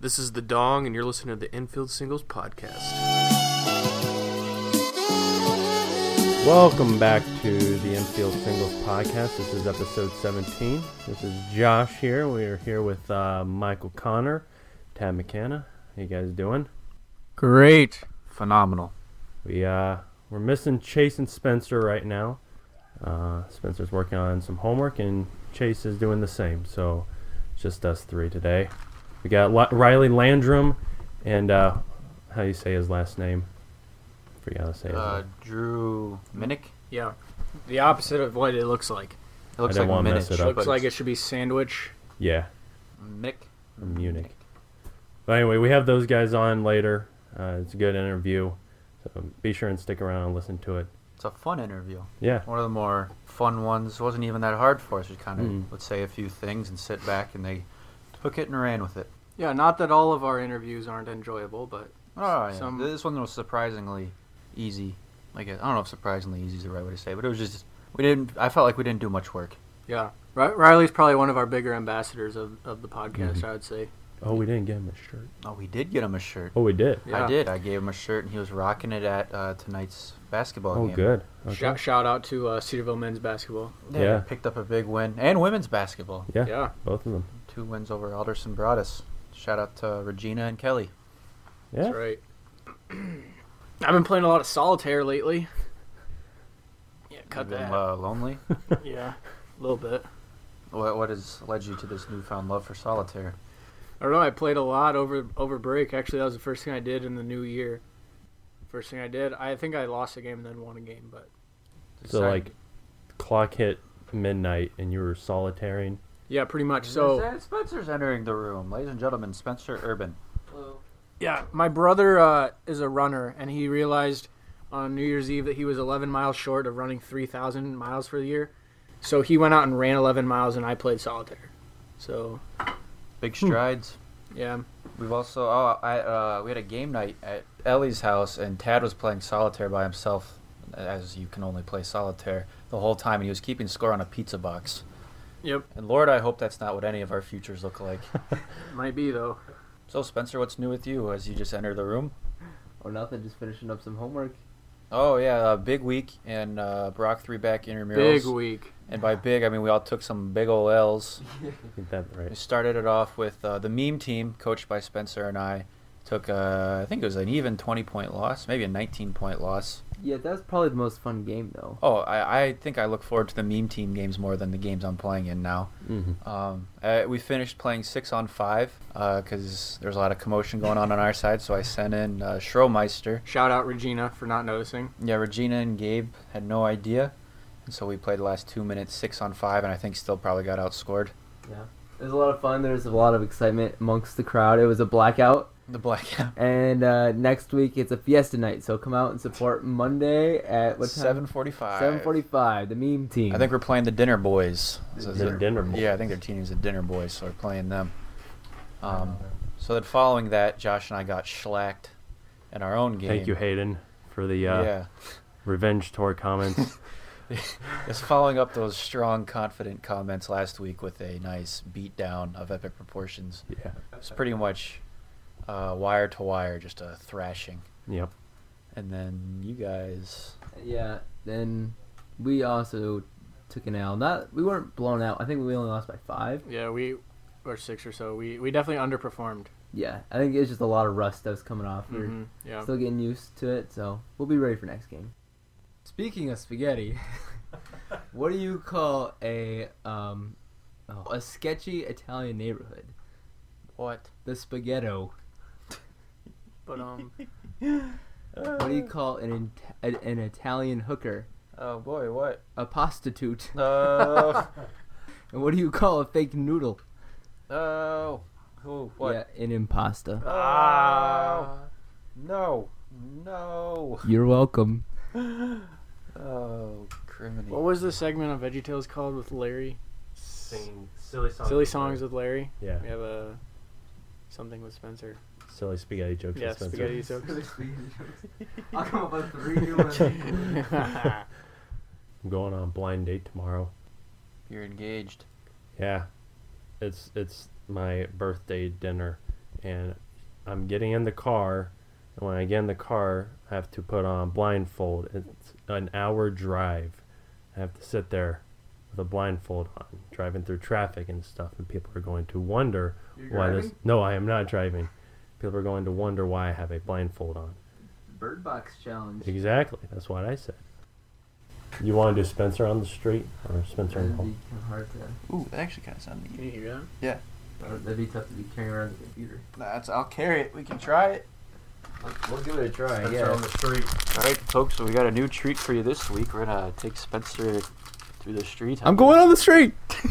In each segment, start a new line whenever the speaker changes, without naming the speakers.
This is The Dong, and you're listening to the Infield Singles Podcast.
Welcome back to the Infield Singles Podcast. This is episode 17. This is Josh here. We are here with uh, Michael Connor, Tad McKenna. How you guys doing?
Great. Phenomenal.
We uh, we're missing Chase and Spencer right now. Uh, Spencer's working on some homework, and Chase is doing the same. So it's just us three today. We got Li- Riley Landrum, and uh, how do you say his last name? forget how to say it.
Uh, Drew Minnick?
Yeah, the opposite of what it looks like.
It looks
don't
like
wanna
Minnick.
mess it up.
Looks like it should be sandwich.
yeah,
Minnick?
Munich. But anyway, we have those guys on later. Uh, it's a good interview, so be sure and stick around and listen to it.
It's a fun interview.
Yeah,
One of the more fun ones. wasn't even that hard for us. We kind of
Mm.
would say a few things and sit back, and they took it and ran with it.
Yeah, not that all of our interviews aren't enjoyable, but
Oh, yeah.
Some-
This one was surprisingly easy. Like I don't know if surprisingly easy is the right way to say, it, but it was just we didn't. I felt like we didn't do much work.
yeah, Ri- Riley's probably one of our bigger ambassadors of, of the podcast. I would say.
Oh, we didn't get him a shirt.
Oh, we did get him a shirt.
Oh, we did.
Yeah.
I did. I gave him a shirt, and he was rocking it at uh, tonight's basketball
Oh,
game.
good. Okay.
Shout, shout out to uh, Cedarville men's basketball.
Yeah,
Yeah.
picked up a big win and women's basketball.
Yeah,
Yeah,
both of them.
Two wins over Alderson Broadus. Shout out to Regina and Kelly.
Yeah,
that's right. I've been playing a lot of solitaire lately. Yeah, cut
You've been,
that.
uh, lonely.
Yeah, a little bit.
what what has led you to this newfound love for solitaire?
I don't know. I played a lot over over break. Actually, that was the first thing I did in the new year. First thing I did. I think I lost a game and then won a game, but
so like, clock hit midnight and you were solitaring.
yeah, pretty much. So
Spencer's entering the room, ladies and gentlemen. Spencer Urban.
yeah, my brother uh, is a runner, and he realized on New Year's Eve that he was 11 miles short of running 3,000 miles for the year. So he went out and ran 11 miles, and I played solitaire. So
Big
Hmm.
strides.
yeah,
We've also oh I uh, we had a game night at Ellie's house and Tad was playing solitaire by himself, as you can only play solitaire the whole time, and he was keeping score on a pizza box.
yep,
And Lord, I hope that's not what any of our futures look like.
might be though.
so Spencer, what's new with you as you just enter the room?
Oh, nothing. Just finishing up some homework.
Oh yeah, uh, big week and uh, Brock three back intramurals.
Big week.
And by big, I mean we all took some big ol' L's.
I think that
We
right.
started it off with uh, the meme team, coached by Spencer and I, took uh, I think it was an even 20 point loss, maybe a 19 point loss.
Yeah, that was probably the most fun game though.
Oh, I, I think I look forward to the meme team games more than the games I'm playing in now.
Mm-hmm.
hmm
Um, uh, we finished playing six on five because there was a lot of commotion going on on our side, so I sent in uh, Schromeister.
Shout out Regina for not noticing.
Yeah, Regina and Gabe had no idea, and so we played the last two minutes six on five, and I think still probably got outscored.
It was a lot of fun. There was a lot of excitement amongst the crowd. It was a blackout.
The blackout.
And uh, next week it's a fiesta night, so come out and support Monday at what time?
Seven forty-five.
Seven forty-five. The meme team.
I think we're playing the Dinner Boys. So is
The
it-
dinner. Bowl.
Yeah, I think their team is the Dinner Boys, so we're playing them. Um, so then, following that, Josh and I got schlacked in our own game.
Thank you, Hayden, for the uh,
Yeah,
revenge tour comments.
just following up those strong, confident comments last week with a nice beatdown of epic proportions.
yeah.
It's pretty much uh, wire to wire, just a thrashing.
Yep.
And then you guys,
Yeah. Then we also took an L. Not we weren't blown out. I think we only lost by five.
Yeah, we or six or so. We we definitely underperformed.
Yeah. I think it's just a lot of rust that was coming off.
Mm-hmm.
We were
Mhm, Yeah.
Still getting used to it, so we'll be ready for next game. Speaking of spaghetti, what do you call a um, a sketchy Italian neighborhood?
what?
The spaghetto.
But um,
What do you call an Ita- an Italian hooker?
Oh boy, what?
A prostitute.
Uh,
And what do you call a fake noodle?
oh, who? What?
Yeah, an impasta.
Ah. No. No.
You're welcome.
Oh, criminy.
what was the segment on VeggieTales called with Larry?
Singing silly songs.
Silly songs with Larry.
Yeah.
We have a something with Spencer.
Silly spaghetti jokes.
Yeah,
with Spencer.
spaghetti jokes.
I'll come up with three new ones.
I'm going on a blind date tomorrow.
You're engaged.
Yeah, it's it's my birthday dinner, and I'm getting in the car. And when I get in the car, I have to put on blindfold. It's an hour drive. I have to sit there with a blindfold on, driving through traffic and stuff, and people are going to wonder
You're
why
driving?
this. No, I am not driving. People are going to wonder why I have a blindfold on.
Bird Box challenge.
Exactly. That's what I said. You want to do Spencer on the street or Spencer in
That'd
the
be
home?
kind of hard to.
Ooh, that actually kind of sounded neat.
Can you hear that?
That'd be tough to be carrying around the computer.
That's. I'll carry it. We can try it.
We'll give it a try.
Spencer
yeah.
on the street.
All right, folks. So we got a new treat for you this week. We're gonna take Spencer through the street.
I'm going on the street.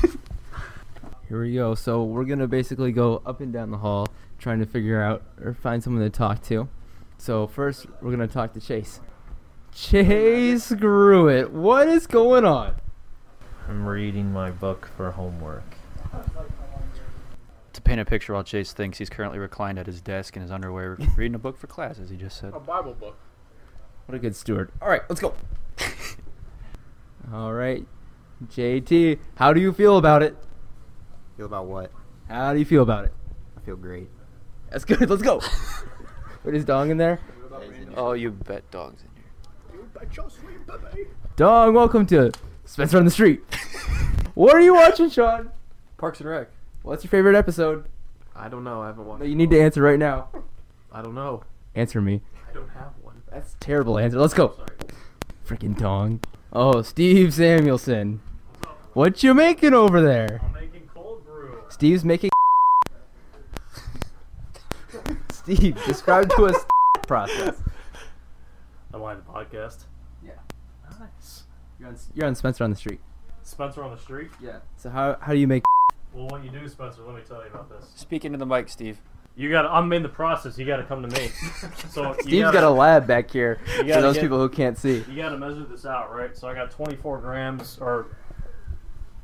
Here we go. So we're gonna basically go up and down the hall, trying to figure out or find someone to talk to. So first, we're gonna talk to Chase. Chase, screw it. What is going on?
I'm reading my book for homework.
To paint a picture while Chase thinks he's currently reclined at his desk in his underwear, reading a book for class, as he just said.
A Bible book.
What a good steward. All right, let's go. All right, JT, how do you feel about it?
Feel about what?
How do you feel about it?
I feel great.
That's good. Let's go. Put his dong in there.
Oh, you bet dogs in here.
Dong, welcome to Spencer on the Street. what are you watching, Sean?
Parks and Rec.
What's your favorite episode?
I don't know. I haven't watched.
that you need to answer right now.
I don't know.
Answer me.
I don't have one.
That's a terrible answer. Let's go. Freaking dong. Oh, Steve Samuelson. What you making over there?
I'm making cold brew.
Steve's making. Steve, describe to us process.
I'm on the podcast.
Yeah.
Nice.
You're on, you're on Spencer on the street.
Spencer on the street.
Yeah. So how how do you make?
Well, what you do, Spencer? Let me tell you about this.
Speak into the mic, Steve.
You got. to I'm in the process. You got to come to me. So you
Steve's got a lab back here for
gotta
those
get-
people who can't see.
You got to measure this out, right? So I got 24 grams, or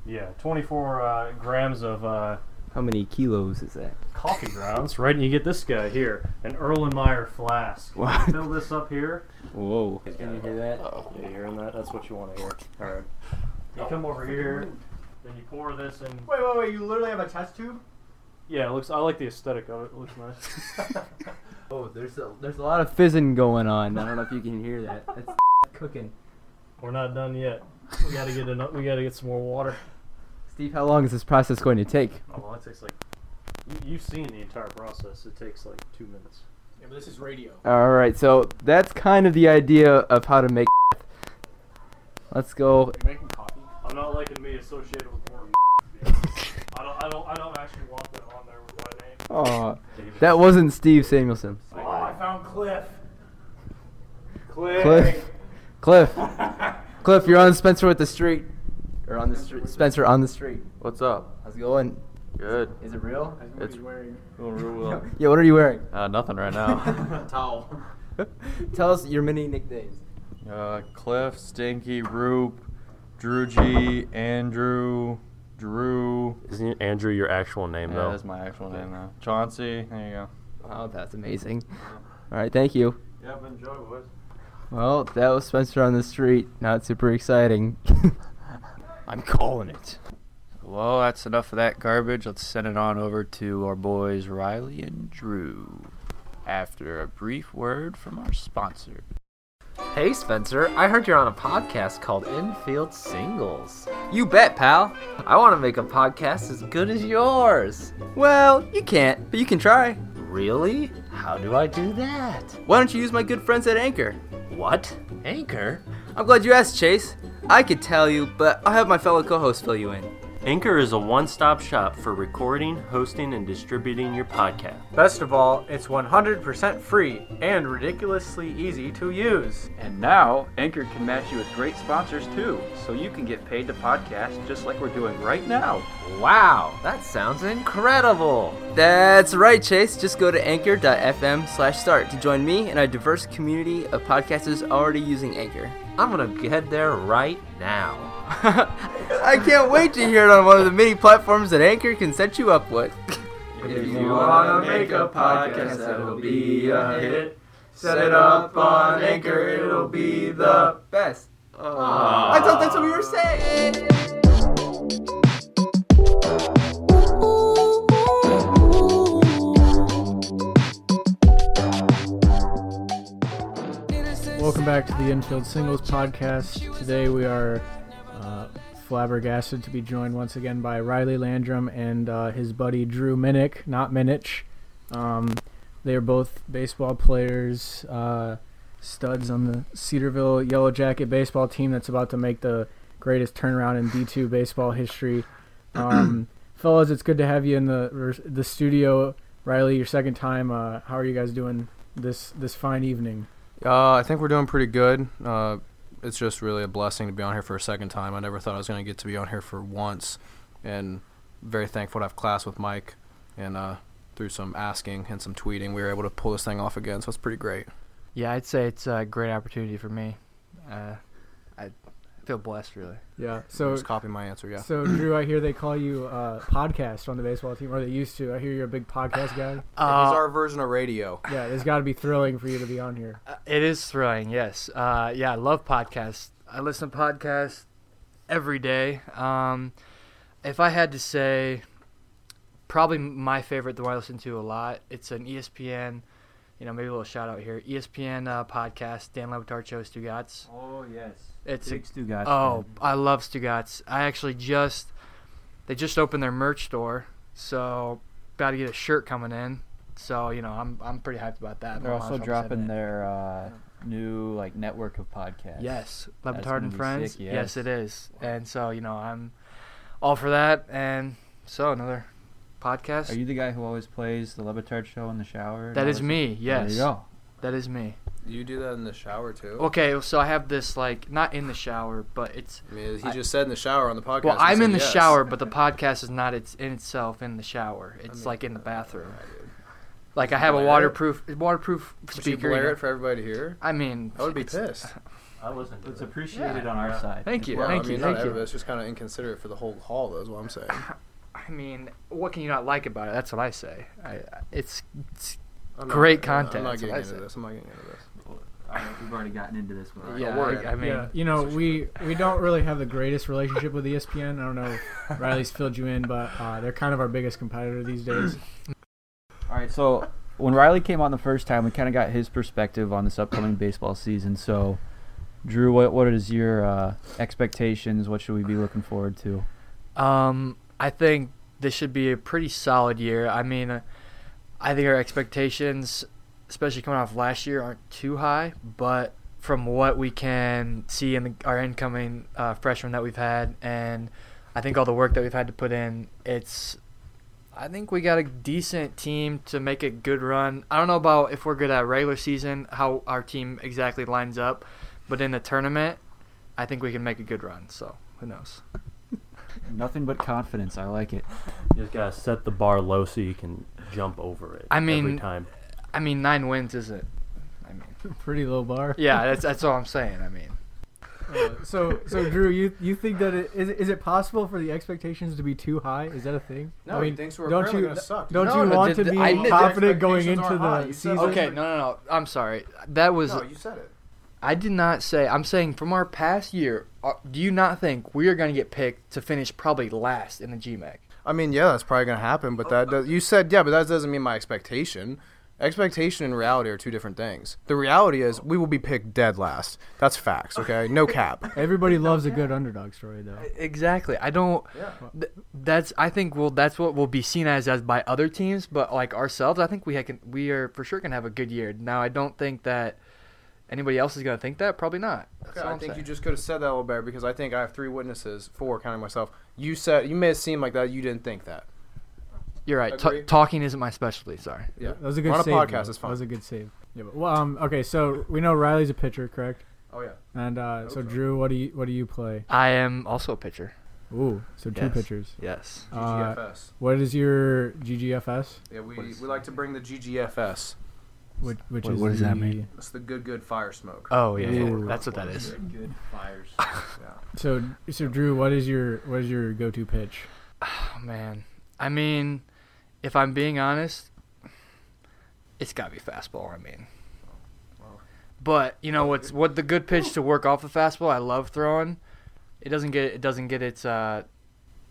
yeah, 24 uh, grams of uh,
How many kilos is that?
coffee grounds, right? And you get this guy here, an Erlenmeyer flask.
Wow.
Fill this up here.
Whoa.
Can you hear that? You hearing that? That's what you want to hear. All right. You come over here, then you pour this in.
Wait, wait, wait. You literally have a test tube?
Yeah, it looks. I like the aesthetic of it. It looks nice.
Oh, there's a there's a lot of fizzing going on. I don't know if you can hear that. That's cooking.
We're not done yet. We gotta get enough. We gotta get some more water.
Steve, how long is this process going to take?
Oh, well, that takes like. you- You've seen the entire process. It takes like two minutes.
Yeah, but this is radio.
All right, so that's kind of the idea of how to make. Let's go.
You're making coffee.
I'm not liking me associated with more. I don't. I don't. I don't actually want that on there with my name.
Oh, that wasn't Steve Samuelson.
Oh, I found Cliff. Cliff.
Cliff, Cliff, Cliff, you're on Spencer with the street, or on the street. Spencer on the street.
What's up?
How's it going?
Good.
Is it real?
It's
wearing.
Yeah. What are you wearing?
uh, nothing right now.
Towel. Tell us your many nicknames.
uh, Cliff, Stinky, Roop, Drew G, Andrew, Drew.
Isn't Andrew your actual name
Yeah, that's my actual name now. Chauncey. There you go.
Wow, that's amazing. All right, thank you.
Yep, enjoy, boys.
Well, that was Spencer on the street. Not super exciting. I'm calling it.
Well, that's enough of that garbage. Let's send it on over to our boys Riley and Drew after a brief word from our sponsor.
Hey Spencer, I heard you're on a podcast called Infield Singles.
You bet, pal.
I want to make a podcast as good as yours.
Well, you can't, but you can try.
Really? How do I do that?
Why don't you use my good friends at Anchor?
What? Anchor?
I'm glad you asked, Chase. I could tell you, but I'll have my fellow co hosts fill you in.
Anchor is a one-stop shop for recording, hosting, and distributing your podcast.
Best of all, it's 100% free and ridiculously easy to use.
And now, Anchor can match you with great sponsors too, so you can get paid to podcast just like we're doing right now.
Wow, that sounds incredible.
That's right, Chase. Just go to anchor.fm slash start to join me and our diverse community of podcasters already using Anchor.
I'm gonna get there right now.
I can't wait to hear it on one of the many platforms that Anchor can set you up with.
If
you
wanna make a podcast that will be a hit, set it up on Anchor. It'll be the
best. I thought that's what we were saying.
Ooh, ooh, ooh.
back to the Infield Singles Podcast. Today we are uh, flabbergasted to be joined once again by Riley Landrum and uh, his buddy Drew Minnick, not Minich. Um, they are both baseball players, uh, studs on the Cedarville Yellow Jacket baseball team that's about to make the greatest turnaround in D2 baseball history. Um, fellas, it's good to have you in the the studio. Riley, your second time. Uh, how are you guys doing this this fine evening?
Uh, I think we're doing pretty good. Uh, it's just really a blessing to be on here for a second time. I never thought I was going to get to be on here for once, and very thankful to have class with Mike. And uh, through some asking and some tweeting, we were able to pull this thing off again. So it's pretty great.
Yeah, I'd say it's a great opportunity for me. Uh, I feel blessed, really.
Yeah. So
just copy my answer. Yeah.
So Drew, I hear they call you uh, podcast on the baseball team, or they used to. I hear you're a big podcast guy.
it is our version of radio.
Yeah, it's got to be thrilling for you to be on here.
Uh, It is thrilling, yes. Uh, yeah, I love podcasts. I listen to podcasts every day. Um, if I had to say, probably my favorite, the one I listen to a lot, it's an E ESPN, you know, maybe a little shout out here ESPN uh, podcast, Dan Levitar, Joe Stugatz.
Oh yes.
It's
Big Stu Gotch
Oh,
fan.
I love Stugatz. I actually just they just opened their merch store, so about to get a shirt coming in. So you know, I'm I'm pretty hyped about that.
They're
My mom's
also
upset
dropping
that-
their uh, new like network of podcasts.
Yes,
That's
Levitard
gonna
and
be
Friends.
sick,
yes.
yes.
it is. And so you know, I'm all for that. And so another podcast.
Are you the guy who always plays the Levitard show in the shower?
That
and all
is
this-
me, yes.
There you go.
that is me.
You do that in the shower too.
Okay, so I have this like not in the shower, but it's
I mean, he just said in the shower on the podcast.
well,
he
I'm
said
in the
yes.
shower, but the podcast is not it's in itself in the shower. It's like in the bathroom. Like I have a
Blare it?
waterproof waterproof
Would you
speaker.
blare it for everybody to hear?
I mean,
I would be
it's-
pissed.
I listen. It's appreciated on our side.
Thank you,
Well,
thank
I
you,
mean,
thank
not
you.
everybody. It's just kind of inconsiderate for the whole hall. That's what I'm saying.
I mean, what can you not like about it? That's what I say. I, I- it's, it's
I'm
Great
I'm
content,
I'm not
that's
getting
what I
into
said.
this. I'm not getting into this.
We've already gotten into this one.
Alright,
yeah.
don't worry.
I, I mean,
yeah, you know, we we don't really have the greatest relationship with E ESPN. I don't know if Riley's filled you in, but uh, they're kind of our biggest competitor these days.
All right, so when Riley came on the first time, we kind of got his perspective on this upcoming baseball season. So, Drew, what what is your uh, expectations? What should we be looking forward to?
Um, I think this should be a pretty solid year. I mean, uh, I think our expectations, especially coming off last year, aren't too high. But from what we can see in the, our incoming uh, freshmen that we've had, and I think all the work that we've had to put in, it's. I think we got a decent team to make a good run. I don't know about if we're good at regular season, how our team exactly lines up, but in the tournament, I think we can make a good run. So who knows?
Nothing but confidence. I like it.
You just gotta set the bar low so you can jump over it.
I mean-
every time.
I mean, nine wins isn't. I mean,
Pretty low bar.
yeah, that's that's all I'm saying. I mean,
Uh, so so Drew, you you think that it is is it possible for the expectations to be too high? Is that a thing? I mean, don't you
suck.
don't
No,
you
no,
want
did-
to be
I did- the
confident going
expectations
into
aren't high.
the
You said-
season?
okay, no, no, no. I'm sorry. That was
No, you said it.
I did not say. I'm saying from our past year, uh, do you not think we are going to get picked to finish probably last in the GMAC?
I mean, yeah, that's probably gonna happen, but that does, you said yeah, but that doesn't mean my expectation. Expectation and reality are two different things. The reality is we will be picked dead last. That's facts, okay? No cap.
Everybody loves a good underdog story, though.
Exactly. I don't. th- that's. I think. Well, that's what will be seen as as by other teams, but like ourselves, I think we can. We are for sure going to have a good year. Now, I don't think that anybody else is going to think that. Probably not. That's all
I
I'm
think you
saying.
just could have said that a little better because I think I have three witnesses, four counting myself. You said you made it seem like that you didn't think that.
You're right. Ta
Agree.
talking isn't my specialty. Sorry.
Yeah.
That was a good
We're on a
save.
podcast,
though.
it's fine.
That was a good save. Yeah, but, well, um, okay, so we know Riley's a pitcher, correct?
Oh yeah.
And uh, so
Okay.
Drew, what do you what do you play?
I am also a pitcher.
Ooh, so two
Yes.
pitchers.
Yes.
Uh,
GGFS.
what is your GGFS?
yeah, we, we like to bring the GGFS.
Which, which
Wait,
is
what does that
the-
mean?
It's the good good fire smoke.
Oh yeah, yeah.
Ooh.
that's what that is.
Good fires.
So so Drew, what is your what is your go to pitch?
Oh man, I mean, if I'm being honest, it's gotta be fastball. I mean, but you know what's what the good pitch to work off the fastball. I love throwing. It doesn't get it doesn't get its uh,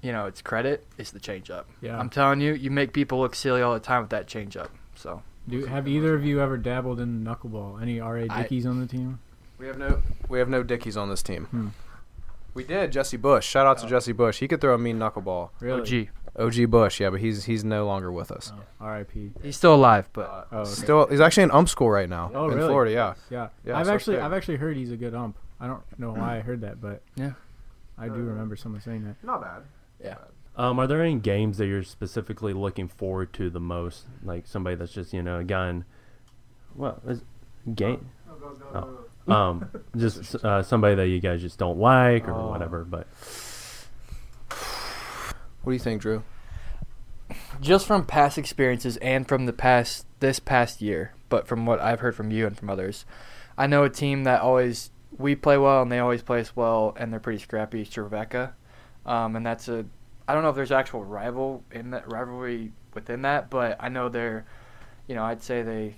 you know, its credit. It's the changeup.
Yeah.
I'm telling you, you make people look silly all the time with that changeup. So
Do have either of you ever dabbled in knuckleball? Any R. A.
I-
Dickies on the team?
We have no we have no Dickies on this team.
Hmm.
We did Jesse Bush. Shout
Oh.
out to Jesse Bush. He could throw a mean knuckleball.
Really?
OG.
OG Bush, yeah, but he's he's no longer with us.
R.I.P.
He's still alive,
Uh,
but
Oh, okay.
Still, he's actually in ump school right now
Oh,
in
really?
Florida. Yeah,
Yeah.
Yeah,
I've
so
actually
sick.
I've actually heard he's a good ump. I don't know why I heard that, but
Yeah.
I do remember someone saying that.
not bad.
Um, are there any games that you're specifically looking forward to the most? Like somebody that's just you know again, well, is, game. Oh. Um, just uh, somebody that you guys just don't like or whatever. But
What do you think, Drew?
just from past experiences and from the past this past year, but from what I've heard from you and from others, I know a team that always we play well and they always play us well and they're pretty scrappy. It's Rebecca, um, and that's a I don't know if there's actual rival in that rivalry within that, but I know they're you know I'd say they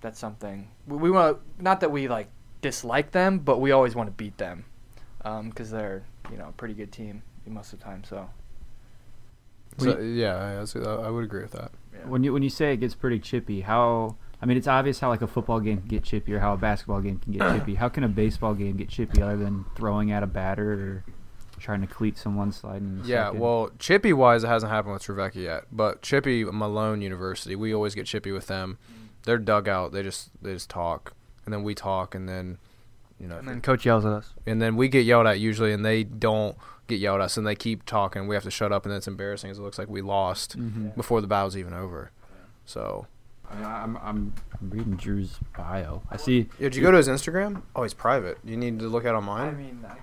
that's something we, we want not that we like dislike them, but we always want to beat them because they're you know a pretty good team most of the time. So
So, yeah, I- I, was- I would agree with that.
When you when you say it gets pretty chippy, how I mean it's obvious how like a football game can get chippy or how a basketball game can get chippy. How can a baseball game get chippy other than throwing at a batter or trying to cleat someone sliding? in the
Yeah,
second?
well, Chippy wise, it hasn't happened with Trevecca yet, but Chippy Malone University, we always get Chippy with them. They're dugout. They just they just talk, and then we talk, and then you know,
and then coach yells at us.
and then we get yelled at usually, and they don't get yelled at, us, and they keep talking. We have to shut up, and then it's embarrassing because it looks like we lost
Mm-hmm.
before the battle's even over. So,
I mean, I'm, I'm I'm reading Drew's bio. I see.
yeah, did you go to his Instagram? Oh, he's private. You need to look at on mine.
mean, I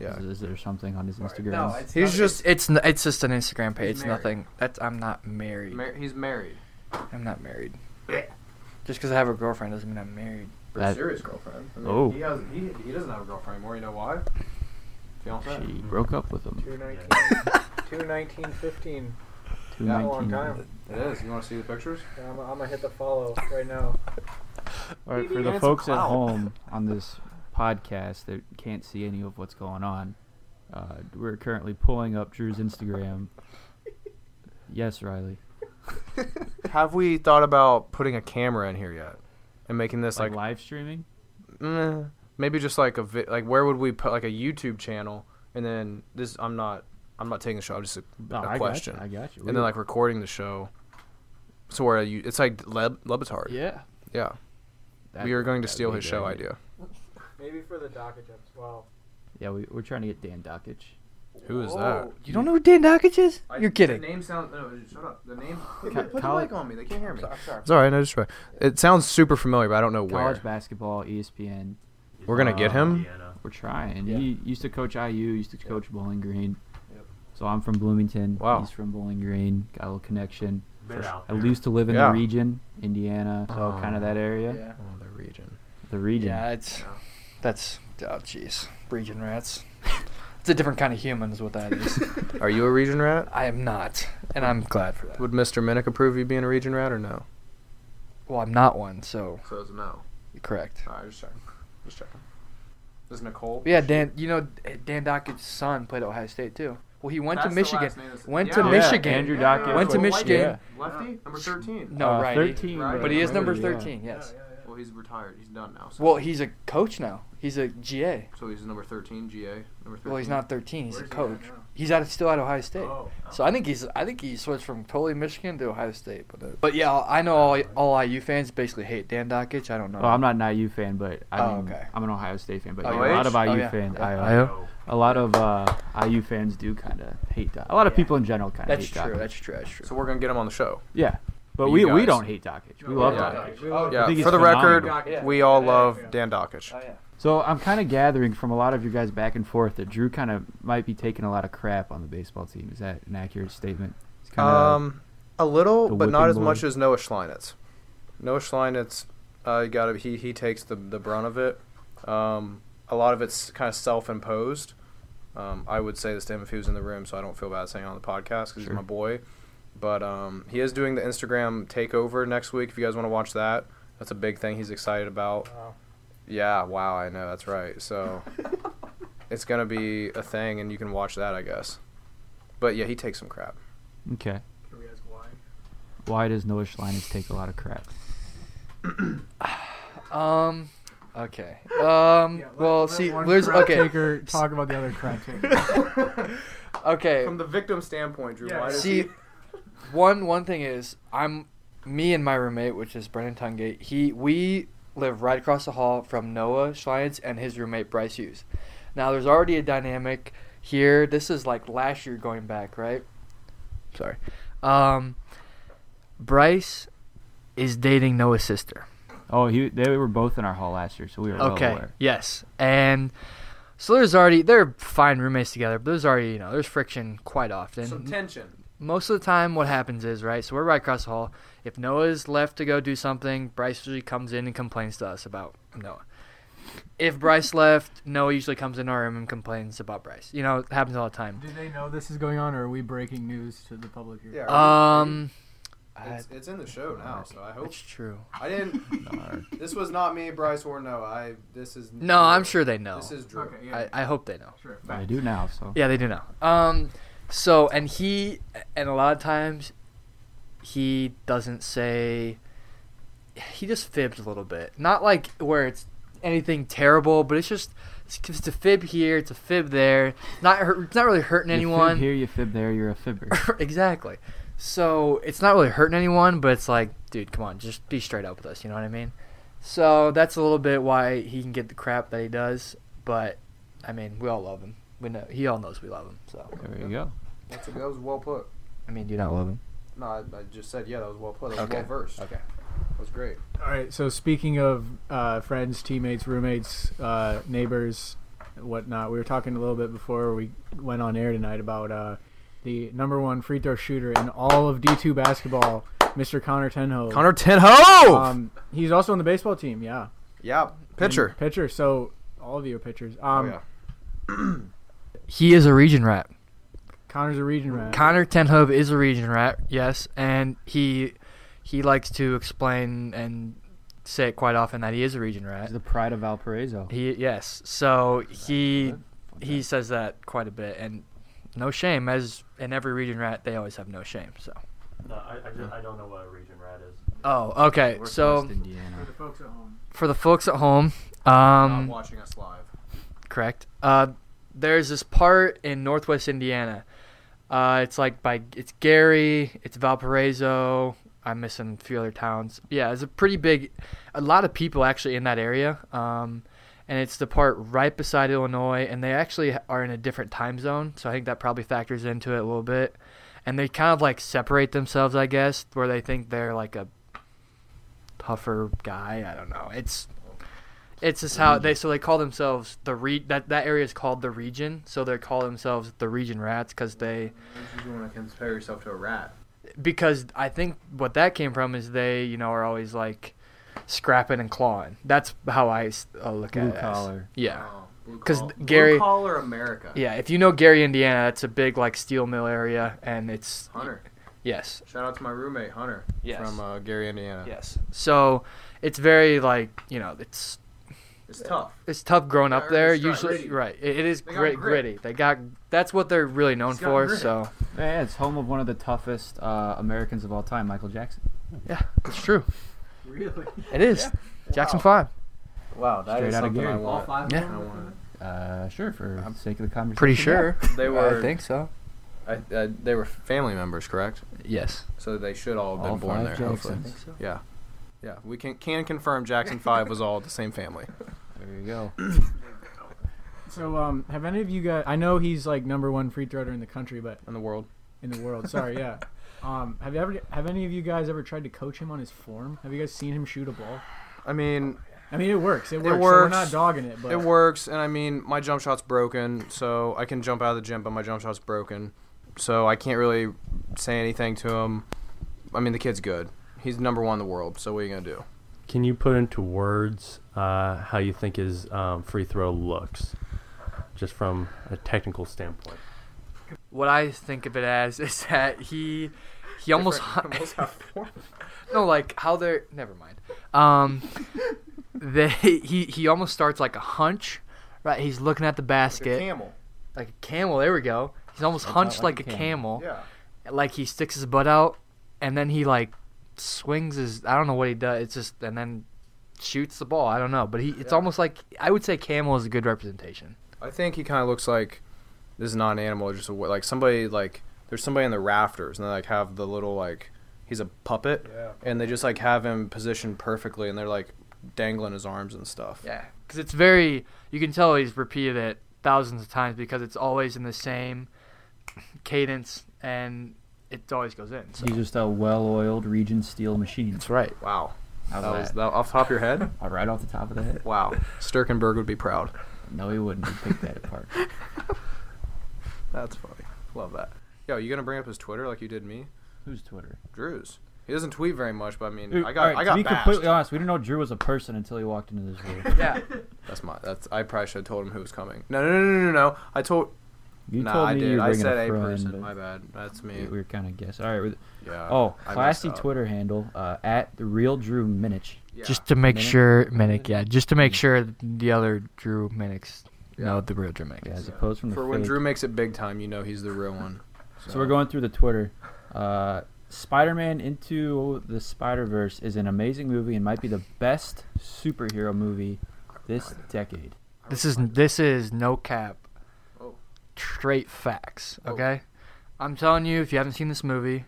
Yeah.
Is, is there something on his Instagram?
He's just-
It's n- it's just an Instagram page.
He's married.
Nothing. That's I'm not married.
he's married.
I'm not married. Just because I have a girlfriend doesn't mean I'm married.
That-
serious girlfriend. I mean,
Oh.
He, has, he, he doesn't have a girlfriend anymore. You know why? Fiance.
she broke up with him.
21915.
Two
That long
19.
time.
It is. You want to see the pictures?
I'm going to hit the follow right now.
All right, for
Maybe
the
it's
folks at
clout.
home on this podcast that can't see any of what's going on, uh, we're currently pulling up Drew's Instagram. Yes, Riley.
Have we thought about putting a camera in here yet, and making this
Like,
like,
live streaming?
mm, maybe just like a vi- like where would we put like a YouTube channel, and then this I'm not I'm not taking the show. I'm just a,
No,
a
I got-
question,
I got you.
and then like recording the show. So where you it's like Leb, Lebitard.
Yeah.
Yeah.
That-
we are going to
that'd
steal
be
his
a
show
good
idea.
Maybe for the docket jumps. Wow.
Yeah, we, we're trying to get Dan Dockage.
Who is
Oh,
that?
You don't know who Dan Dockage is? You're kidding.
name sounds. No, shut up. The name.
put the Coll- mic
on me. They can't hear me. It's all right. No, just try. It sounds super familiar, but I don't know where.
College basketball, E ESPN.
We're gonna get him.
We're trying. He used to coach IU, used to coach Bowling Green. So I'm from Bloomington.
Wow.
He's from Bowling Green. Got a little connection. I used to live in
Yeah.
the region, Indiana, so kind of that area.
Yeah.
Oh, the region.
The region.
Yeah. It's that's oh jeez. Region rats. it's a different kind of human is what that is.
Are you a region rat?
I am not, and I'm glad for that.
Would Mr. Minnick approve you being a region rat or no?
Well, I'm not one, so
So it's no.
correct.
All right, just checking. Just checking. Is Nicole?
Yeah, Dan. You know Dan Dockage's son played at Ohio State too. Well, he went to Michigan. Went to
Yeah,
Michigan.
Andrew Dockage.
Went to
was-
Michigan.
yeah.
Lefty, number thirteen.
No,
Uh,
right.
13,
Righty.
But he is number
Yeah.
13. Yes.
Well, he's retired. He's done now.
Well, he's a coach now. He's a GA.
so he's number thirteen, GA. Number thirteen.
Well, he's not 13. He's
Where
a
is he at
coach.
now?
he's at still at Ohio State. So I think he's I think he switched from totally Michigan to Ohio State. But uh, but yeah, I know all all IU fans basically hate Dan Dockage. I don't know.
Well, I'm not an IU fan, but I
Oh,
mean,
okay.
I'm an Ohio State fan, but
Oh,
yeah,
you
a lot
are?
of IU
Oh, yeah.
fans,
Yeah.
I, a lot of uh, IU fans do kind of hate Doc. A lot of people in general kind of
That's
hate
true.
Doc.
That's true. That's true.
So we're gonna get him on the show.
yeah, but
You
we, we
guys-
don't hate Dockage. We love
yeah.
Dockage.
Yeah.
think he's
For the
phenomenal.
record, we all love Dan Dockich.
yeah.
So I'm kind of gathering from a lot of your guys back and forth that Drew kind of might be taking a lot of crap on the baseball team. Is that an accurate statement? It's kinda,
Um, a little,
the
but not
whipping
as
boy.
much as Noah Schleinitz. Noah Schleinitz, uh, got to he he takes the the brunt of it. Um, a lot of it's kind of self imposed. Um, I would say this to him if he was in the room, so I don't feel bad saying it on the podcast because he's my boy. But um, he is doing the Instagram takeover next week. If you guys want to watch that, that's a big thing he's excited about. Yeah, wow, I know that's right. So it's gonna be a thing, and you can watch that, I guess. But yeah, he takes some crap.
okay.
Can we ask why?
Why does Noah Schlinus take a lot of crap?
Um, Okay. Um. well,
let
see,
one
there's
crap
okay.
Taker, talk about the other crap taker.
Okay.
From the victim standpoint, Drew.
Yeah.
Why does
See,
he-
one one thing is I'm me and my roommate, which is Brendan Tungate. He we live right across the hall from Noah Schleins and his roommate Bryce Hughes. Now there's already a dynamic here. This is like last year going back, right? Sorry. Um, Bryce is dating Noah's sister.
Oh, he, they were both in our hall last year, so we were well
Okay.
aware.
Yes. And so there's already they're fine roommates together, but there's already you know there's friction quite often.
Some tension.
Most of the time, what happens is right. So we're right across the hall. If Noah's left to go do something, Bryce usually comes in and complains to us about Noah. If Bryce left, Noah usually comes in our room and complains about Bryce. You know, it happens all the time.
Do they know this is going on, or are we breaking news to the public here?
Yeah, are we-
Um,
It's, it's in the show now, so I hope.
it's true.
I didn't. this was not me, Bryce or Noah. I. This is.
No, I'm sure they know.
This is Drew.
Okay, yeah.
I, I hope they know.
sure.
They do now, so.
Yeah, they do know. Um, so and he and a lot of times he doesn't say. He just fibs a little bit, not like where it's anything terrible, but it's just it's, it's a fib here, it's a fib there. Not hurt, it's not really hurting
You fib
anyone.
here, you fib there, you're a fibber.
exactly. So it's not really hurting anyone, but it's like, dude, come on, just be straight up with us. You know what I mean? So that's a little bit why he can get the crap that he does. But I mean, we all love him. We know he all knows we love him. So
There you go.
That's a, that was well put.
I mean, do you not love him?
No, I, I just said yeah. That was well put. That was
Okay.
well versed.
Okay.
That was great.
All right. So speaking of uh, friends, teammates, roommates, uh, neighbors, and whatnot, we were talking a little bit before we went on air tonight about uh, the number one free throw shooter in all of D two basketball, Mr. Connor Tenho.
Connor Ten Ho.
Um, he's also on the baseball team. Yeah.
yeah. Pitcher.
And Pitcher. So all of you are pitchers.
Oh
Um,
yeah.
He is a region rat.
Connor's a region rat.
Connor Tenhove is a region rat. Yes, and he he likes to explain and say it quite often that he is a region rat.
He's the pride of Valparaiso.
He yes. So he he says that quite a bit, and no shame. As in every region rat, they always have no shame. So.
No, I, I, just, I don't know what a region rat is.
Oh, okay. so
Northwest Indiana.
The folks at home.
for the folks at home,
Not
um,
watching us live.
correct. Uh, there's this part in Northwest Indiana. Uh, it's like by it's Gary, it's Valparaiso. I'm missing a few other towns. Yeah, it's a pretty big, a lot of people actually in that area. Um, and it's the part right beside Illinois, and they actually are in a different time zone. So I think that probably factors into it a little bit. And they kind of like separate themselves, I guess, where they think they're like a tougher guy. I don't know. It's it's just how they so they call themselves the re that that area is called the region. So they call themselves the region rats because they
You want to compare yourself to a rat?
because I think what that came from is they you know are always like scrapping and clawing. That's how I s- uh, look
Blue
at it. as.
collar.
Yeah.
Oh, blue
'Cause
collar-
Gary-
Blue collar America.
Yeah, if you know Gary, Indiana, that's a big like steel mill area, and it's
Hunter.
yes,
Shout out to my roommate Hunter
Yes.
from uh, Gary, Indiana.
yes. So it's very like you know it's
It's tough.
it's tough growing up
They're
there.
just
Usually,
gritty.
right? It, it is
They got
grit,
grit.
gritty. They got that's what they're really known
It's got
for.
grit.
So
Yeah, it's home of one of the toughest uh, Americans of all time, Michael Jackson.
yeah, it's true.
Really?
It is Jackson Five.
Wow, that
Straight
is
outta
something
Gary.
I
All
want.
five. of
Yeah.
them?
I want it.
Uh, sure, for the sake of the conversation.
Pretty
yeah.
sure.
They were.
I think so.
I, uh, they were family members, correct?
Yes.
So they should all have been
All
born there.
five
Hopefully.
Jacksons.
Yeah. Yeah, we can can confirm Jackson Five was all the same family.
There you go.
So um, have any of you guys? I know he's like number one free thrower in the country, but
in the world.
in the world. Sorry, yeah. Um, have you ever have any of you guys ever tried to coach him on his form? Have you guys seen him shoot a ball?
I mean,
I mean, it works. It works. so we're
works.
not dogging it, but
it works, and I mean, my jump shot's broken, so I can jump out of the gym, but my jump shot's broken, so I can't really say anything to him. I mean, the kid's good. He's number one in the world. So what are you gonna do?
Can you put into words uh, how you think his um, free throw looks, just from a technical standpoint?
What I think of it as is that he he almost
Different animals have four.
no like how they're never mind. Um, they he he almost starts like a hunch, right? He's looking at the
Like a
basket
camel.
like a camel. There we go. He's almost
That's
hunched
not like
like,
a
a camel.
Yeah.
Like he sticks his butt out, and then he like swings his. I don't know what he does. It's just and then shoots the ball. I don't know, but he it's almost like I would say Camel is a good representation.
I think he kind of looks like this is not an animal, just a, wa- like somebody like there's somebody in the rafters, and they like have the little like he's a puppet, and they just like have him positioned perfectly, and they're like dangling his arms and stuff.
Yeah, because it's very you can tell he's repeated it thousands of times because it's always in the same cadence and it always goes in. So.
He's just a well-oiled Regent steel machine. That's
right.
Wow.
How's
that was
that? Uh,
that off the top of your head.
right off the top of the head.
Wow, Sturkenberg would be proud.
No, he wouldn't. He picked that apart.
That's funny. Love that. Yo, you gonna bring up his Twitter like you did me?
Who's Twitter?
Drews. He doesn't tweet very much, but I mean,
Dude,
I
all
got
right,
I got
to be
bashed.
completely honest, we didn't know Drew was a person until he walked into this room.
Yeah.
That's my. That's I probably should have told him who was coming. No, no, no, no, no. no. I told.
You
nah,
told
I
me you
did.
were
I
bringing
said
a friend,
person.
but-
My bad. That's me.
We were kind of guessing. All right. with-
Yeah,
oh,
I messed
classy
up.
Twitter handle uh, at the real Drew Minich.
Just to make
Minich?
sure Minnick, yeah, just to make sure the other Drew Minnicks know the real Drew Minnick.
Yeah, as opposed from the
For when
fake.
Drew makes it big time, you know he's the real one.
So we're going through the Twitter. Uh, Spider-Man Into the Spider-Verse is an amazing movie and might be the best superhero movie this decade.
This is this is no cap. Straight facts, okay? I'm telling you, if you haven't seen this movie,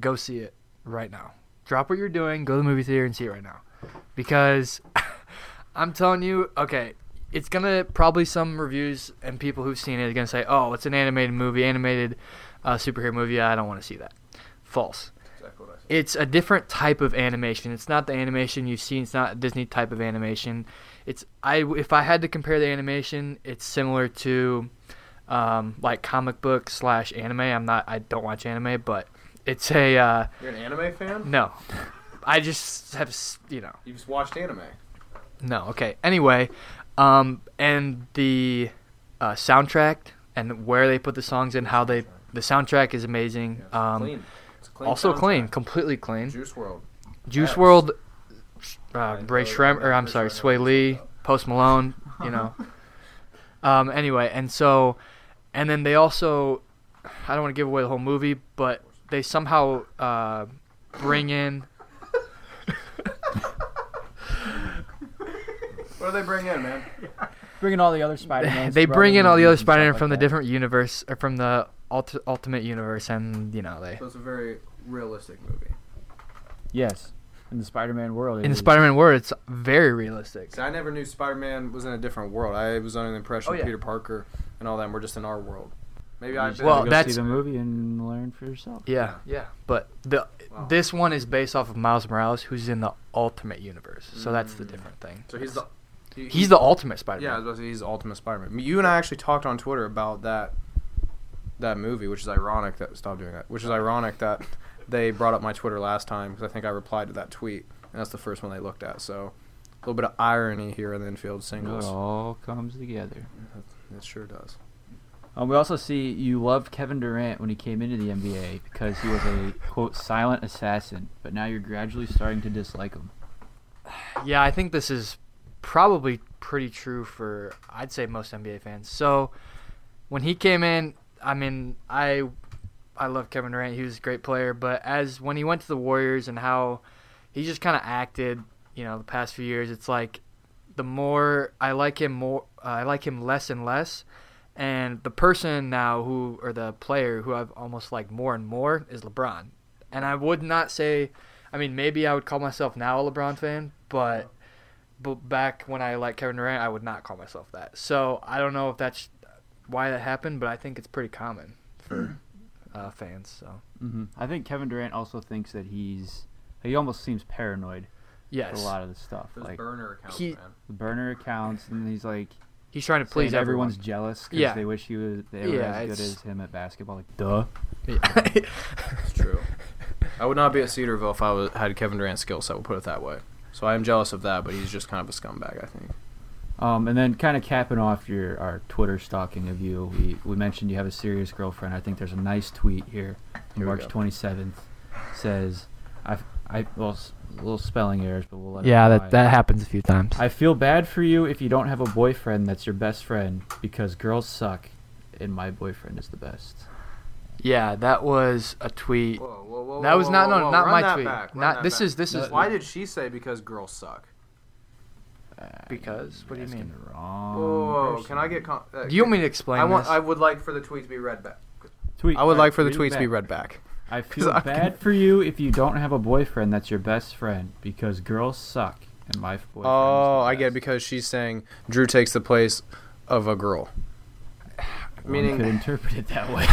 go see it right now. Drop what you're doing, go to the movie theater and see it right now. Because I'm telling you, okay, it's gonna probably some reviews and people who've seen it are gonna say, "Oh, it's an animated movie, animated uh, superhero movie. I don't want to see that." False. It's a different type of animation. It's not the animation you've seen. It's not a Disney type of animation. It's I if I had to compare the animation, it's similar to um, like comic book slash anime. I'm not. I don't watch anime, but it's a uh,
You're an anime fan?
no. I just have s- you know.
You just watched anime.
No, okay. Anyway, um, and the uh, soundtrack and where they put the songs and how they the soundtrack is amazing. um,
clean. It's a clean
also clean,
soundtrack.
completely clean.
Juice World.
Juice
Yes.
World, uh,
Oh,
Ray Shrem, or I'm sorry, Sway Lee, Post Malone, you know. um, anyway, and so, and then they also, I don't want to give away the whole movie, but they somehow uh, bring in.
What do they bring in, man?
Bringing all the other Spider-Man.
they bring in all the other Spider-Man from the different universe or from the ult- Ultimate Universe, and you know they
So it's a very realistic movie.
Yes, in the Spider-Man world. it
in the
is.
Spider-Man world, it's very realistic.
'Cause I never knew Spider-Man was in a different world. I was under the impression
Oh, yeah.
Peter Parker and all them were just in our world. Maybe
You
I.
just
Well,
gotta go
that's-
see the movie and learn for yourself.
Yeah, yeah, but the this one is based off of Miles Morales, who's in the Ultimate Universe, so that's the different thing.
Mm. So he's the. he-
He's the ultimate Spider-Man.
Yeah, I was about to say, he's the ultimate Spider-Man. I mean, You and I actually talked on Twitter about that that movie, which is ironic that stop doing that. Which is ironic that they brought up my Twitter last time because I think I replied to that tweet, and that's the first one they looked at. So a little bit of irony here in the infield
It
singles.
all comes together.
It sure does.
Um, we also see you loved Kevin Durant when he came into the NBA because he was a quote silent assassin, but now you're gradually starting to dislike him.
Yeah, I think this is probably pretty true for I'd say most NBA fans. So when he came in, I mean, I I love Kevin Durant. He was a great player, but as when he went to the Warriors and how he just kind of acted, you know, the past few years, it's like the more I like him more, uh, I like him less and less. And the person now who or the player who I've almost liked more and more is LeBron. And I would not say, I mean, maybe I would call myself now a LeBron fan, but but back when I liked Kevin Durant, I would not call myself that. So I don't know if that's why that happened, but I think it's pretty common for uh, fans. So
Mm-hmm. I think Kevin Durant also thinks that he's he almost seems paranoid.
Yes.
with a lot of the stuff
Those
like
burner accounts,
He-
man.
the burner accounts, and he's like
he's trying to
saying
please everyone.
everyone's jealous because
Yeah.
they wish he was they were
Yeah,
as good
it's-
as him at basketball. Like duh.
It's true. I would not be at Cedarville if I was, had Kevin Durant's skill set. We'll put it that way. So I am jealous of that, but he's just kind of a scumbag, I think.
Um, and then kind of capping off your our Twitter stalking of you, we, we mentioned you have a serious girlfriend. I think there's a nice tweet here, on
Here we
March
go.
27th, says, I I well s- little spelling errors, but we'll let it
yeah,
fly.
that that happens a few times.
I feel bad for you if you don't have a boyfriend that's your best friend because girls suck, and my boyfriend is the best.
yeah, that was a tweet.
Whoa, whoa, whoa,
That was
whoa,
not-
whoa,
no,
whoa.
not
Run
my
that
tweet.
back, run
Not-
that
this
back.
is- this is-
Why did she say because girls suck?
Because what do you mean?
Wrong.
Whoa, whoa, whoa, can I get? Con- uh,
Mm, Do you want me to explain
I want.
this?
I would like for the tweet to be read back.
Tweet.
I would
Alright,
like for the tweets
read it
to be
back.
read back.
I
'Cause
feel
I'm
bad for you if you don't have a boyfriend that's your best friend because girls suck and my boyfriend.
Oh, I get it because she's saying Drew takes the place of a girl.
Meaning, could
Meaning
interpret it that way.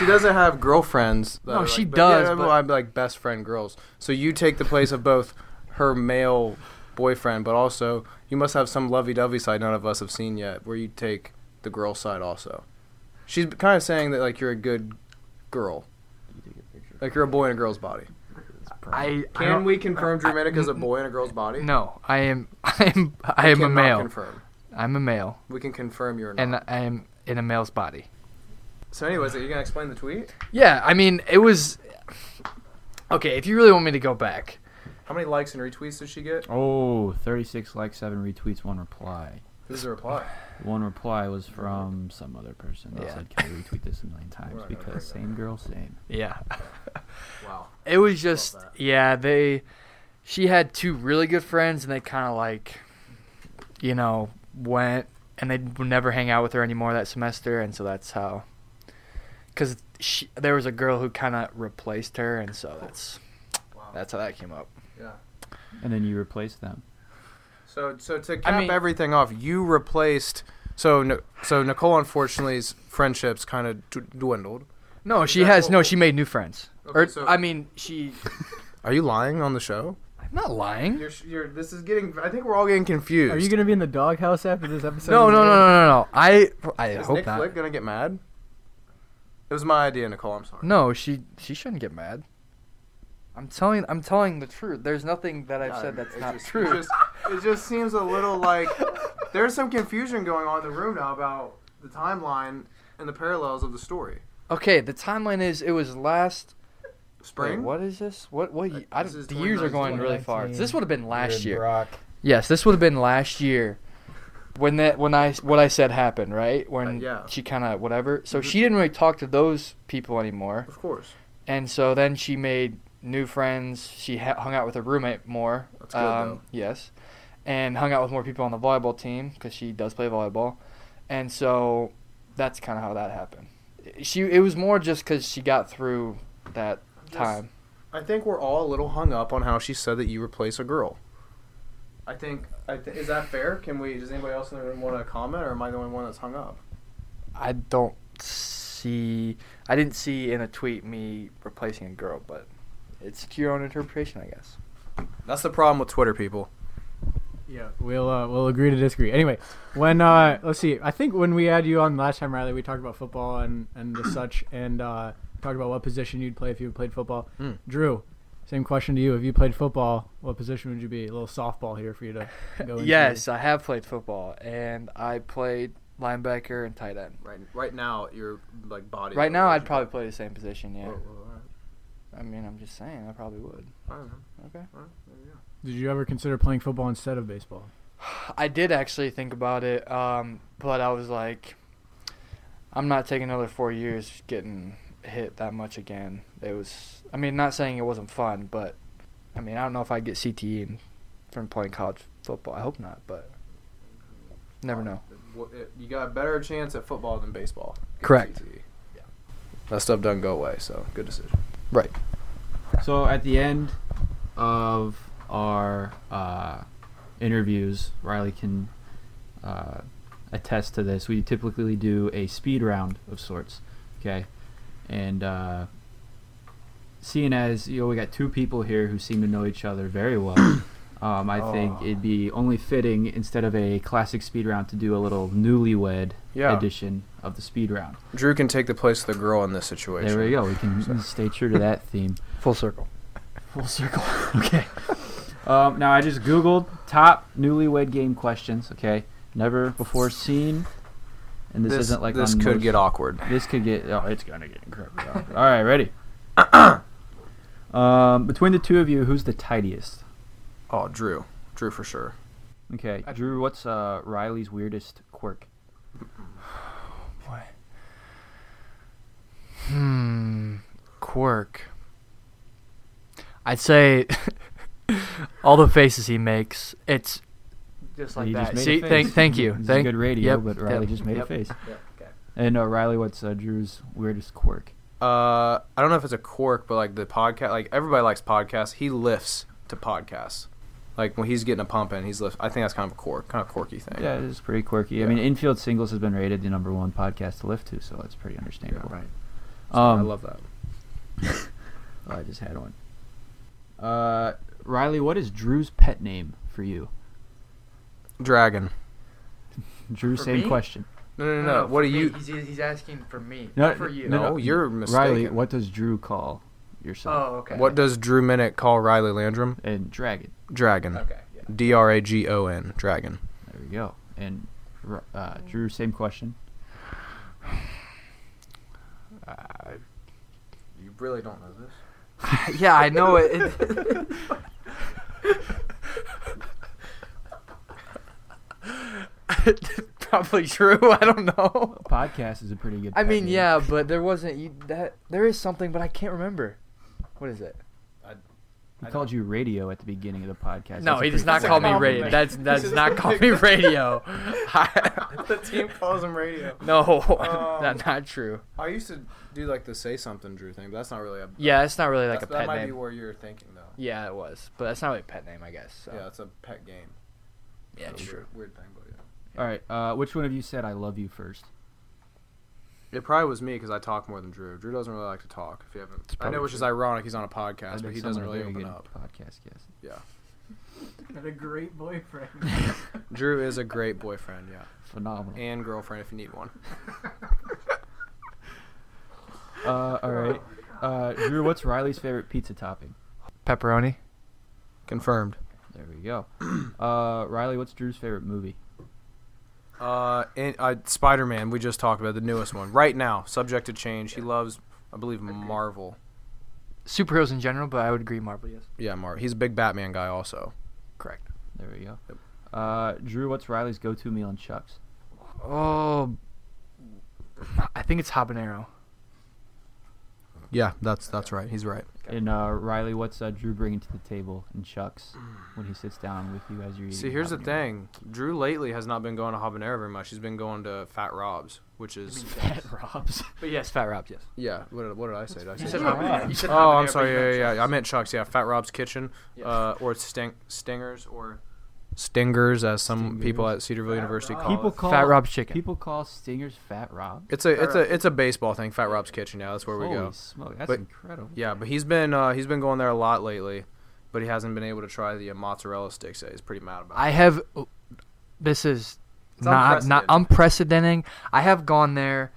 she doesn't have girlfriends.
No, she
but-
does,
Yeah,
but-
well, I'm like best friend girls. So you take the place of both her male boyfriend, but also you must have some lovey-dovey side none of us have seen yet, where you take the girl side also. She's kind of saying that like you're a good girl, like you're a boy in a girl's body.
I I
Can
don't-
we confirm Drew
I-
Minnick is a boy in a girl's body?
No, I am. I am. I
We
am a
cannot
male.
confirm.
I'm a male,
We can confirm you're not.
and I am in a male's body.
so, anyways, are you gonna explain the tweet?
Yeah, I mean, it was. Okay, if you really want me to go back,
How many likes and retweets did she get?
Oh, 36 likes, 7 retweets, 1 reply.
Who's the reply?
One reply was from some other person that
Yeah.
said, Can I retweet this a million times?
Right,
because
okay.
same girl, same.
yeah,
Wow.
it was just yeah. They, she had two really good friends, and they kind of like, you know, went and they would never hang out with her anymore that semester, and so that's how. Because there was a girl who kind of replaced her, and so that's that's how that came up.
Yeah.
And then you replace them.
So so to cap
mean-
everything off, you replaced so Ni- so Nicole unfortunately's friendships kind of d- dwindled.
No,
Is
she
that
has
what-
no. She made new friends. or
so-
I mean, she.
Are you lying on the show?
I'm not lying.
You're, you're, this is getting. I think we're all getting confused.
Are you gonna be in the doghouse after this episode?
No,
is
no, no,
over?
no, no, no. I I
Is
hope
Nick
not.
Flick gonna get mad? It was my idea, Nicole. I'm sorry.
No, she she shouldn't get mad. I'm telling I'm telling the truth. There's nothing that I've
God,
said that's
it
not
just- it
true.
just- it just seems a little like there's some confusion going on in the room now about the timeline and the parallels of the story.
Okay, the timeline is it was last
Spring. Uh,
Wait, what is this? What what? ye- I
this is
don't, the years are
2019,
going really far. This would have been last year.
Brock.
Yes, this would have been last year when that when I what I said happened, right? When
Uh, yeah. Mm-hmm.
she kind of whatever. So she didn't really talk to those people anymore.
Of course.
And so then she made new friends. She ha- hung out with her roommate more. Um,
That's good, though.
Yes, and hung out with more people on the volleyball team because she does play volleyball. And so that's kind of how that happened. She it was more just because she got through that
Just-
time.
I think we're all a little hung up on how she said that you replace a girl. I think. I th- is that fair? Can we? Does anybody else in the room want to comment, or am I the only one that's hung up?
I don't see. I didn't see in a tweet me replacing a girl, but it's to your own interpretation, I guess.
That's the problem with Twitter, people.
Yeah, we'll uh, we'll agree to disagree. Anyway, when uh, let's see, I think when we had you on last time, Riley, we talked about football and and the such, and uh, talked about what position you'd play if you played football.
Mm.
Drew, same question to you: If you played football, what position would you be? A little softball here for you to go. into.
Yes, I have played football, and I played linebacker and tight end.
Right. Right now, your like body.
Right now, I'd probably play the same position. Yeah.
Oh,
I mean, I'm just saying, I probably would. Okay.
Did you ever consider playing football instead of baseball?
I did actually think about it, um, but I was like, I'm not taking another four years getting hit that much again. It was, I mean, not saying it wasn't fun, but I mean, I don't know if I get CTE in, from playing college football. I hope not, but never know.
You got a better chance at football than baseball. E.
Correct.
CTE. That stuff doesn't go away, so good decision.
Right.
So at the end of our uh, interviews, Riley can uh, attest to this. We typically do a speed round of sorts, okay? And uh, seeing as you know, we got two people here who seem to know each other very well. Um, I think it'd be only fitting instead of a classic speed round to do a little newlywed
Yeah.
edition of the speed round.
Drew can take the place of the girl in this situation.
There we go. We can stay true to that theme.
Full circle.
Full circle. okay. Um, now I just googled top newlywed game questions. Okay, never before seen, and this, isn't like
this
on
could
most-
get awkward.
This could get. Oh, it's gonna get incredibly awkward. All right, ready. um, between the two of you, who's the tidiest?
Oh, Drew. Drew for sure.
Okay, Drew. What's uh, Riley's weirdest quirk?
Boy. Hmm. Quirk. I'd say all the faces he makes, it's just like
He just
that.
made a
See,
face.
thank, thank you.
This is
thank
good radio,
yep,
but Riley
yep,
just made
yep.
a face. And uh, Riley, what's uh, Drew's weirdest quirk?
Uh, I don't know if it's a quirk, but like the podcast, like everybody likes podcasts. He lifts to podcasts. Like when he's getting a pump in, he's lift. I think that's kind of a quirk, kind of quirky thing.
Yeah, it's pretty quirky. I mean, Infield Singles has been rated the number one podcast to lift to, so that's pretty understandable.
right. So,
Um,
I love that.
Oh, I just had one. Uh, Riley, what is Drew's pet name for you?
Dragon.
Drew,
For
same
me?
question.
No, no, no. no. what
for
do
me.
you?
He's, he's asking for me,
No,
not for you.
No, you're
Riley,
mistaken.
what does Drew call yourself?
Oh, okay.
What does Drew Minnick call Riley Landrum?
Oh.
And Dragon.
Dragon.
Okay,
D R A G O N. Dragon.
There we go. And R- uh, Drew, same question.
You really don't know this.
yeah, I know it. it Probably true. I don't know.
Podcast is a pretty good.
I
pet
mean,
name.
yeah, but there wasn't you, that. There is something, but I can't remember. What is it?
He called you radio at the beginning of the podcast.
no,
That's a
he does
pretty
not
good
call me
pet name.
radio. That's that's not call me radio. I-
the team calls him radio.
no,
Um,
that's not true.
I used to do like the say something Drew thing, but that's not really a.
Yeah, it's not really like
that's-
a pet
That might be
name.
where you're thinking though.
Yeah, it was, but that's not really a pet name, I guess. So.
Yeah, it's a pet game.
Yeah,
It's
it's
a
true.
weird- Weird thing, but yeah.
All right, uh, which one of you said I love you first?
It probably was me because I talk more than Drew. Drew doesn't really like to talk. If you haven't, I know, which is ironic. He's on a podcast, but he doesn't really open up.
Podcast guest.
Yeah,
Got a great boyfriend.
Drew is a great boyfriend. Yeah,
Phenomenal.
and girlfriend if you need one.
Uh, all right, uh, Drew, what's Riley's favorite pizza topping?
Pepperoni.
Confirmed.
There we go. Uh, Riley, what's Drew's favorite movie?
Uh, and, uh, Spider Man. We just talked about the newest one right now. Subject to change. He loves, I believe, Marvel.
Superheroes in general, but I would agree Marvel. Yes,
Yeah, Marvel. He's a big Batman guy also.
correct.
There we go. Uh, Drew, what's Riley's go-to meal in Chuck's?
Oh, I think it's habanero.
Yeah, that's that's right. He's right.
And uh, Riley, what's uh, Drew bringing to the table in Chuck's when he sits down with you as you're eating?
See, here's the
habanero?
thing. Drew lately has not been going to Habanero very much. He's been going to Fat Rob's, which is
Fat Rob's.
But yes, Fat Rob. Yes.
yeah. What did, what did I say? Did I say
said
Fat
habanero. You said
Oh,
habanero,
I'm
but
sorry.
you
Yeah,
meant
yeah, yeah. I
chips.
meant Chuck's. Yeah, Fat Rob's Kitchen,
Yes.
uh, or Sting, Stingers, or Stingers, as some people at Cedarville University
Oh,
call
People
it.
call
Fat Rob's chicken.
People call stingers Fat Rob.
It's a it's a it's a baseball thing. Fat Rob's Kitchen. Yeah, that's where we
Holy
go.
smoke, that's
But-
incredible.
Yeah, but he's been uh, he's been going there a lot lately, but he hasn't been able to try the uh, mozzarella sticks. That he's pretty mad about.
I have. oh, This is
It's
not not
unprecedented.
unprecedented. I have gone there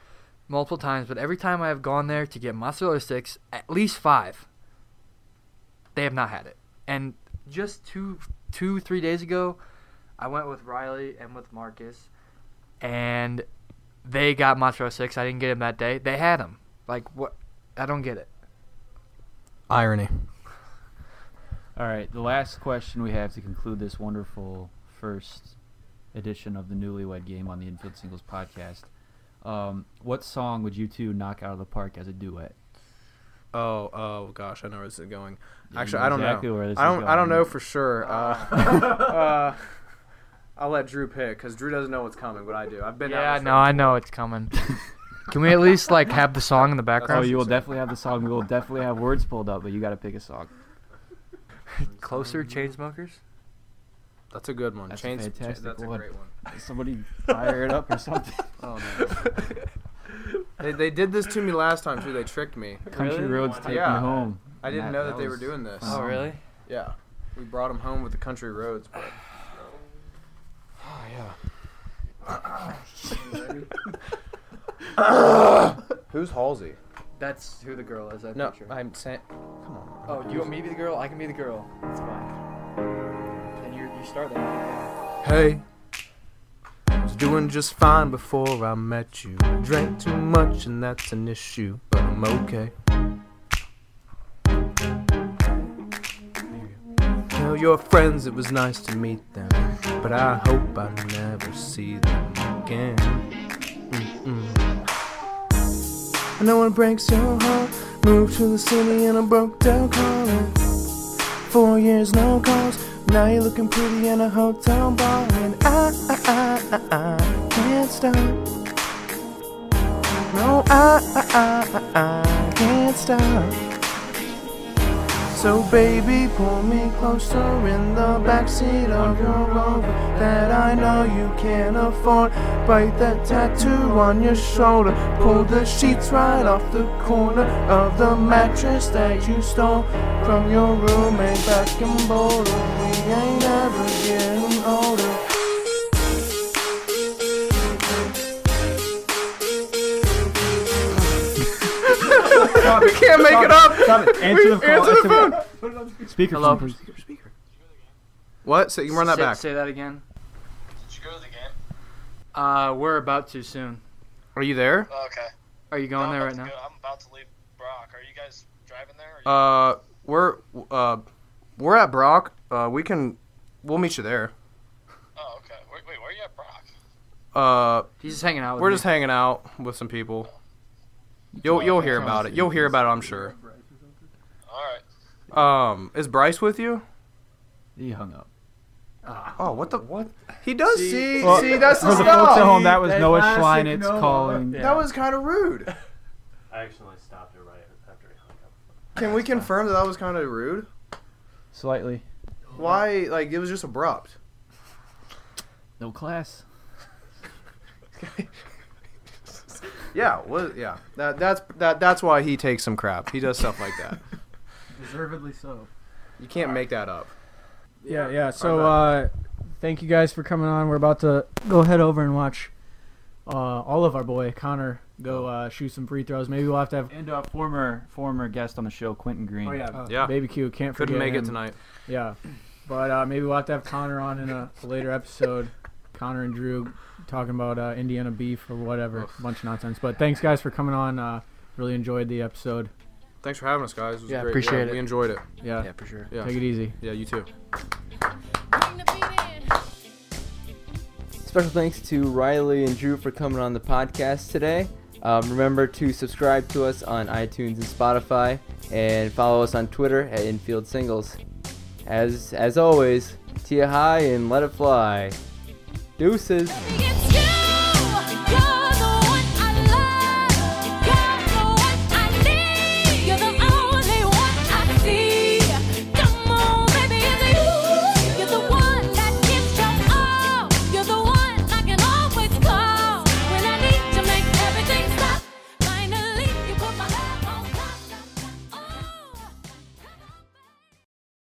multiple times, but every time I have gone there to get mozzarella sticks, at least five, they have not had it. And just two two three days ago, I went with Riley and with Marcus, and they got mozzarella sticks. I didn't get them that day. They had them. Like what? I don't get it.
Irony.
All right, the last question we have to conclude this wonderful first edition of the Newlywed Game on the Infield Singles podcast. Um, what song would you two knock out of the park as a duet?
Oh, oh gosh, I know where this is going.
Yeah, you
Actually,
know
I don't
exactly
know.
where this
I
is
don't. I don't
going.
know for sure. Uh, uh, I'll let Drew pick because Drew doesn't know what's coming, but I do. I've been.
Yeah,
out
no, I know it's coming. Can we at least like have the song in the
Oh,
background?
you will definitely have the song. We will definitely have words pulled up, but you got to pick a song.
Closer, Chainsmokers.
That's a good one.
That's a
Chains,
fantastic
that's a
one.
great one.
Somebody fire it up or something.
Oh man. they they did this to me last time too. They tricked me.
Country roads take
Yeah.
me home.
I didn't know that they were doing this.
Oh, really?
Yeah, we brought them home with the country roads. But... Oh yeah. Who's Halsey?
That's who the girl is. I
No,
picture.
I'm saying. Come on.
oh, you want me to be the girl? I can be the girl. That's fine. Then you you start that.
Hey, I was doing just fine before I met you. I drank too much, and that's an issue, but I'm okay. Tell your friends it was nice to meet them, but I hope I never see them again. Mm-mm. I know it breaks your heart. Moved to the city in a broke down car.
Four years, no calls. Now you're looking pretty in a hotel bar, and I, I, I, I, I can't stop. No, I, I, I, I, I can't stop. So baby, pull me closer in the backseat of your Rover that I know you can't afford. Bite that tattoo on your shoulder. Pull the sheets right off the corner of the mattress that you stole from your roommate back in Boulder. We ain't ever getting older.
we can't make it up.
Stop it. Answer
We-
the phone.
Answer the phone.
Speaker
Hello?
phone,
Speaker, What? So you can run that
say,
back.
Say that again. Did you go to the game? Uh, we're about to soon.
Are you there?
Okay. Are you going there right now? I'm about to leave.
Uh, we're uh, we're at Brock. Uh, we can we'll meet you there. Oh, okay. Wait, wait where are you at Brock? Uh,
he's just hanging out. With
we're
me.
just hanging out with some people. You'll you'll hear about it. You'll hear about it. I'm sure. All right. Um, is Bryce with you?
He hung up.
Oh, what the what? He does see. See,
Well,
that's
for
the
the
stuff.
folks at home, that was That's Noah classic Schleinitz Noah. calling.
That was kind of rude.
I actually stopped it right after he hung up.
Can we confirm that that was kind of rude?
Slightly.
Why? Like it was just abrupt.
No class.
Yeah, well, yeah. That, that's that. That's why he takes some crap. He does stuff like that.
Deservedly so.
You can't make that up.
Yeah, yeah. So uh, thank you guys for coming on. We're about to go head over and watch uh, all of our boy Connor go uh, shoot some free throws. Maybe we'll have to have
And uh, former former guest on the show, Quentin Green.
Oh yeah,
Yeah.
Baby Q can't
Couldn't
forget
make it
him.
tonight.
Yeah, but uh, maybe we'll have to have Connor on in a later episode. Connor and Drew talking about uh, Indiana beef or whatever, bunch of nonsense. But thanks guys for coming on. Uh, really enjoyed the episode.
Thanks for having us, guys. It was
Yeah,
great.
appreciate
yeah,
it.
We enjoyed it.
Yeah. Yeah, for sure. Take it easy.
Yeah, you too.
Special thanks to Riley and Drew for coming on the podcast today. Um, remember to subscribe to us on iTunes and Spotify, and follow us on Twitter at Infield Singles. As as always, Tia high and let it fly. Deuces.
Oh,